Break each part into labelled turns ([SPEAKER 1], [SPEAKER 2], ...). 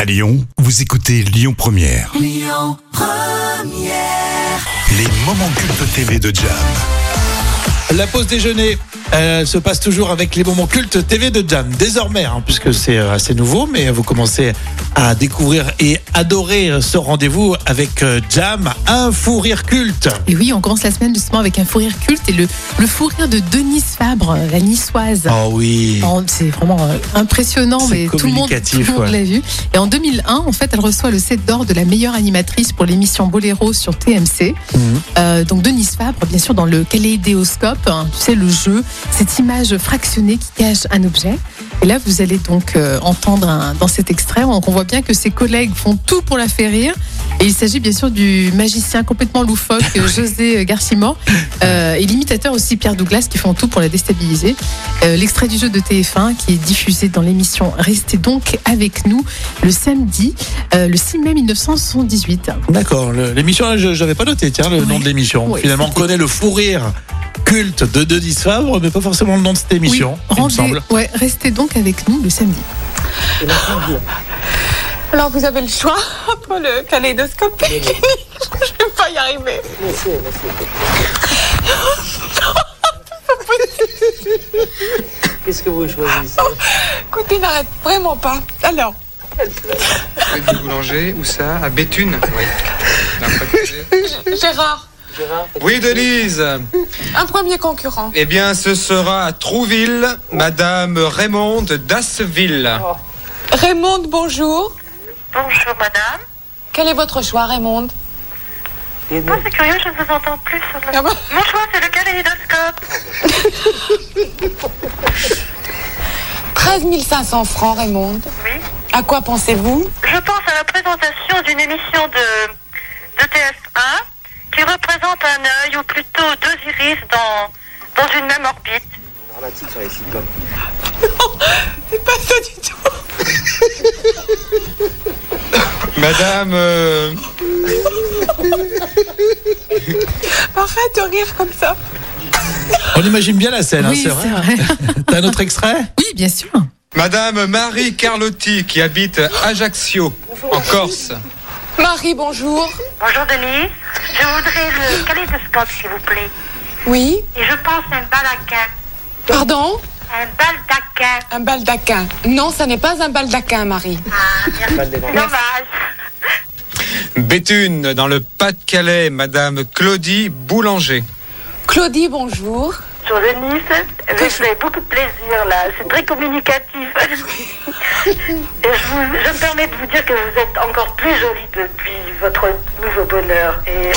[SPEAKER 1] À Lyon, vous écoutez Lyon Première. Lyon Première. Les moments cultes TV de Jam.
[SPEAKER 2] La pause déjeuner, elle se passe toujours avec les moments cultes TV de Jam. Désormais, hein, puisque c'est euh, assez nouveau, mais vous commencez à découvrir et adorer euh, ce rendez-vous avec euh, Jam, un fou rire culte.
[SPEAKER 3] Et oui, on commence la semaine justement avec un fou rire culte et le, le fou rire de Denise Fabre, euh, la niçoise.
[SPEAKER 2] Oh oui.
[SPEAKER 3] Oh, C'est vraiment euh, impressionnant,
[SPEAKER 2] C'est
[SPEAKER 3] mais tout le monde, tout le
[SPEAKER 2] communicatif,
[SPEAKER 3] monde
[SPEAKER 2] ouais.
[SPEAKER 3] l'a vu. Et en 2001, en fait, elle reçoit le set d'or de la meilleure animatrice pour l'émission Boléro sur TMC.
[SPEAKER 2] Mhm.
[SPEAKER 3] Euh, donc Denise Fabre, bien sûr, dans le kaléidéoscope, hein, tu sais, le jeu, cette image fractionnée qui cache un objet. Et là, vous allez donc euh, entendre un- dans cet extrait, on, on voit bien que ses collègues font tout pour la faire rire. Et il s'agit bien sûr du magicien complètement loufoque euh, José Garcimore euh, et l'imitateur aussi Pierre Douglas qui font tout pour la déstabiliser. Euh, L'extrait du jeu de TF1 qui est diffusé dans l'émission Restez donc avec nous le samedi, euh, le 6 mai 1978.
[SPEAKER 2] D'accord. le- L'émission, là, je n'avais pas noté, tiens, le
[SPEAKER 3] Ouais.
[SPEAKER 2] nom de l'émission.
[SPEAKER 3] Ouais,
[SPEAKER 2] Finalement, on
[SPEAKER 3] c'était-
[SPEAKER 2] connaît le fou rire culte de Denis Fabre, mais pas forcément le nom de cette émission, il me
[SPEAKER 3] rendez-
[SPEAKER 2] semble.
[SPEAKER 3] ouais, restez donc avec nous le samedi.
[SPEAKER 4] Alors vous avez le choix entre le kaléidoscope et le clinique. Je vais pas y arriver.
[SPEAKER 5] Qu'est-ce que vous choisissez
[SPEAKER 4] Écoutez, n'arrête vraiment pas. Alors,
[SPEAKER 6] Faites du boulanger, où ça À Béthune Oui. D'un côté.
[SPEAKER 4] Gérard,
[SPEAKER 6] Oui, Denise
[SPEAKER 4] un premier concurrent.
[SPEAKER 6] Eh bien, ce sera à Trouville, Madame Raymonde d'Asseville.
[SPEAKER 4] Raymond, bonjour.
[SPEAKER 7] Bonjour madame.
[SPEAKER 4] Quel est votre choix, Raymond
[SPEAKER 7] Ah, c'est curieux, je ne vous entends plus sur le.
[SPEAKER 4] Ah bon
[SPEAKER 7] Mon choix, c'est le kaléidoscope.
[SPEAKER 4] 13 500 francs, Raymond.
[SPEAKER 7] Oui.
[SPEAKER 4] À quoi pensez-vous
[SPEAKER 7] Je pense à la présentation d'une émission de, de TF1 qui représente un œil ou plutôt deux iris dans, dans une même orbite.
[SPEAKER 4] C'est pas ça du tout.
[SPEAKER 6] Madame. euh,
[SPEAKER 4] Arrête de rire comme ça.
[SPEAKER 2] On imagine bien la scène, hein,
[SPEAKER 3] oui,
[SPEAKER 2] c'est vrai. T'as un autre extrait
[SPEAKER 3] oui, bien sûr.
[SPEAKER 6] Madame Marie Carlotti, qui habite Ajaccio, en Corse.
[SPEAKER 4] Marie, bonjour.
[SPEAKER 7] Bonjour Denise. Je voudrais le kaléidoscope, s'il vous plaît.
[SPEAKER 4] Oui.
[SPEAKER 7] Et je pense à un balaquin.
[SPEAKER 4] Pardon
[SPEAKER 7] Un baldaquin.
[SPEAKER 4] Un baldaquin. Non, ça n'est pas un baldaquin, Marie.
[SPEAKER 7] Ah, merci. Dommage.
[SPEAKER 6] Béthune, dans le Pas-de-Calais, Madame Claudie Boulanger.
[SPEAKER 4] Claudie, bonjour.
[SPEAKER 7] Sur Denise, je fais beaucoup de plaisir là, c'est très communicatif. Et je, vous- je me permets de vous dire que vous êtes encore plus jolie depuis votre nouveau bonheur. Et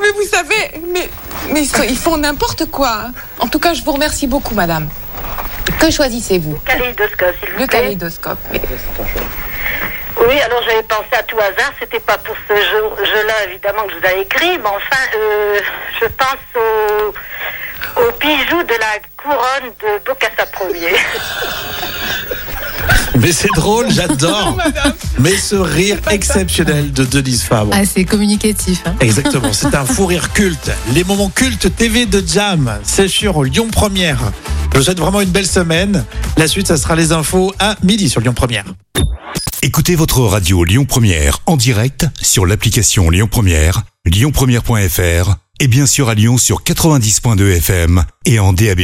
[SPEAKER 4] Mais vous savez, mais, mais ils, sont- ils font n'importe quoi. En tout cas, je vous remercie beaucoup, madame. Que choisissez-vous
[SPEAKER 7] kaléidoscope, s'il vous
[SPEAKER 4] Le
[SPEAKER 7] plaît.
[SPEAKER 4] kaléidoscope.
[SPEAKER 7] Oui, alors j'avais pensé à tout hasard, c'était pas pour ce jeu- jeu-là évidemment que je vous avais écrit, mais enfin, euh, je pense au, au bijou de la couronne de Bocassa Ier.
[SPEAKER 2] Mais c'est drôle, j'adore.
[SPEAKER 4] Madame.
[SPEAKER 2] Mais ce rire exceptionnel de Denise Fabre.
[SPEAKER 3] Ah, c'est communicatif. hein.
[SPEAKER 2] Exactement, c'est un fou rire culte. Les moments cultes TV de Jam, c'est sur Lyon Première. Je vous souhaite vraiment une belle semaine. La suite, ça sera les infos à midi sur Lyon Première.
[SPEAKER 1] Écoutez votre radio Lyon Première en direct sur l'application Lyon Première, lyonpremière.fr et bien sûr à Lyon sur 90.2 FM et en DAB+.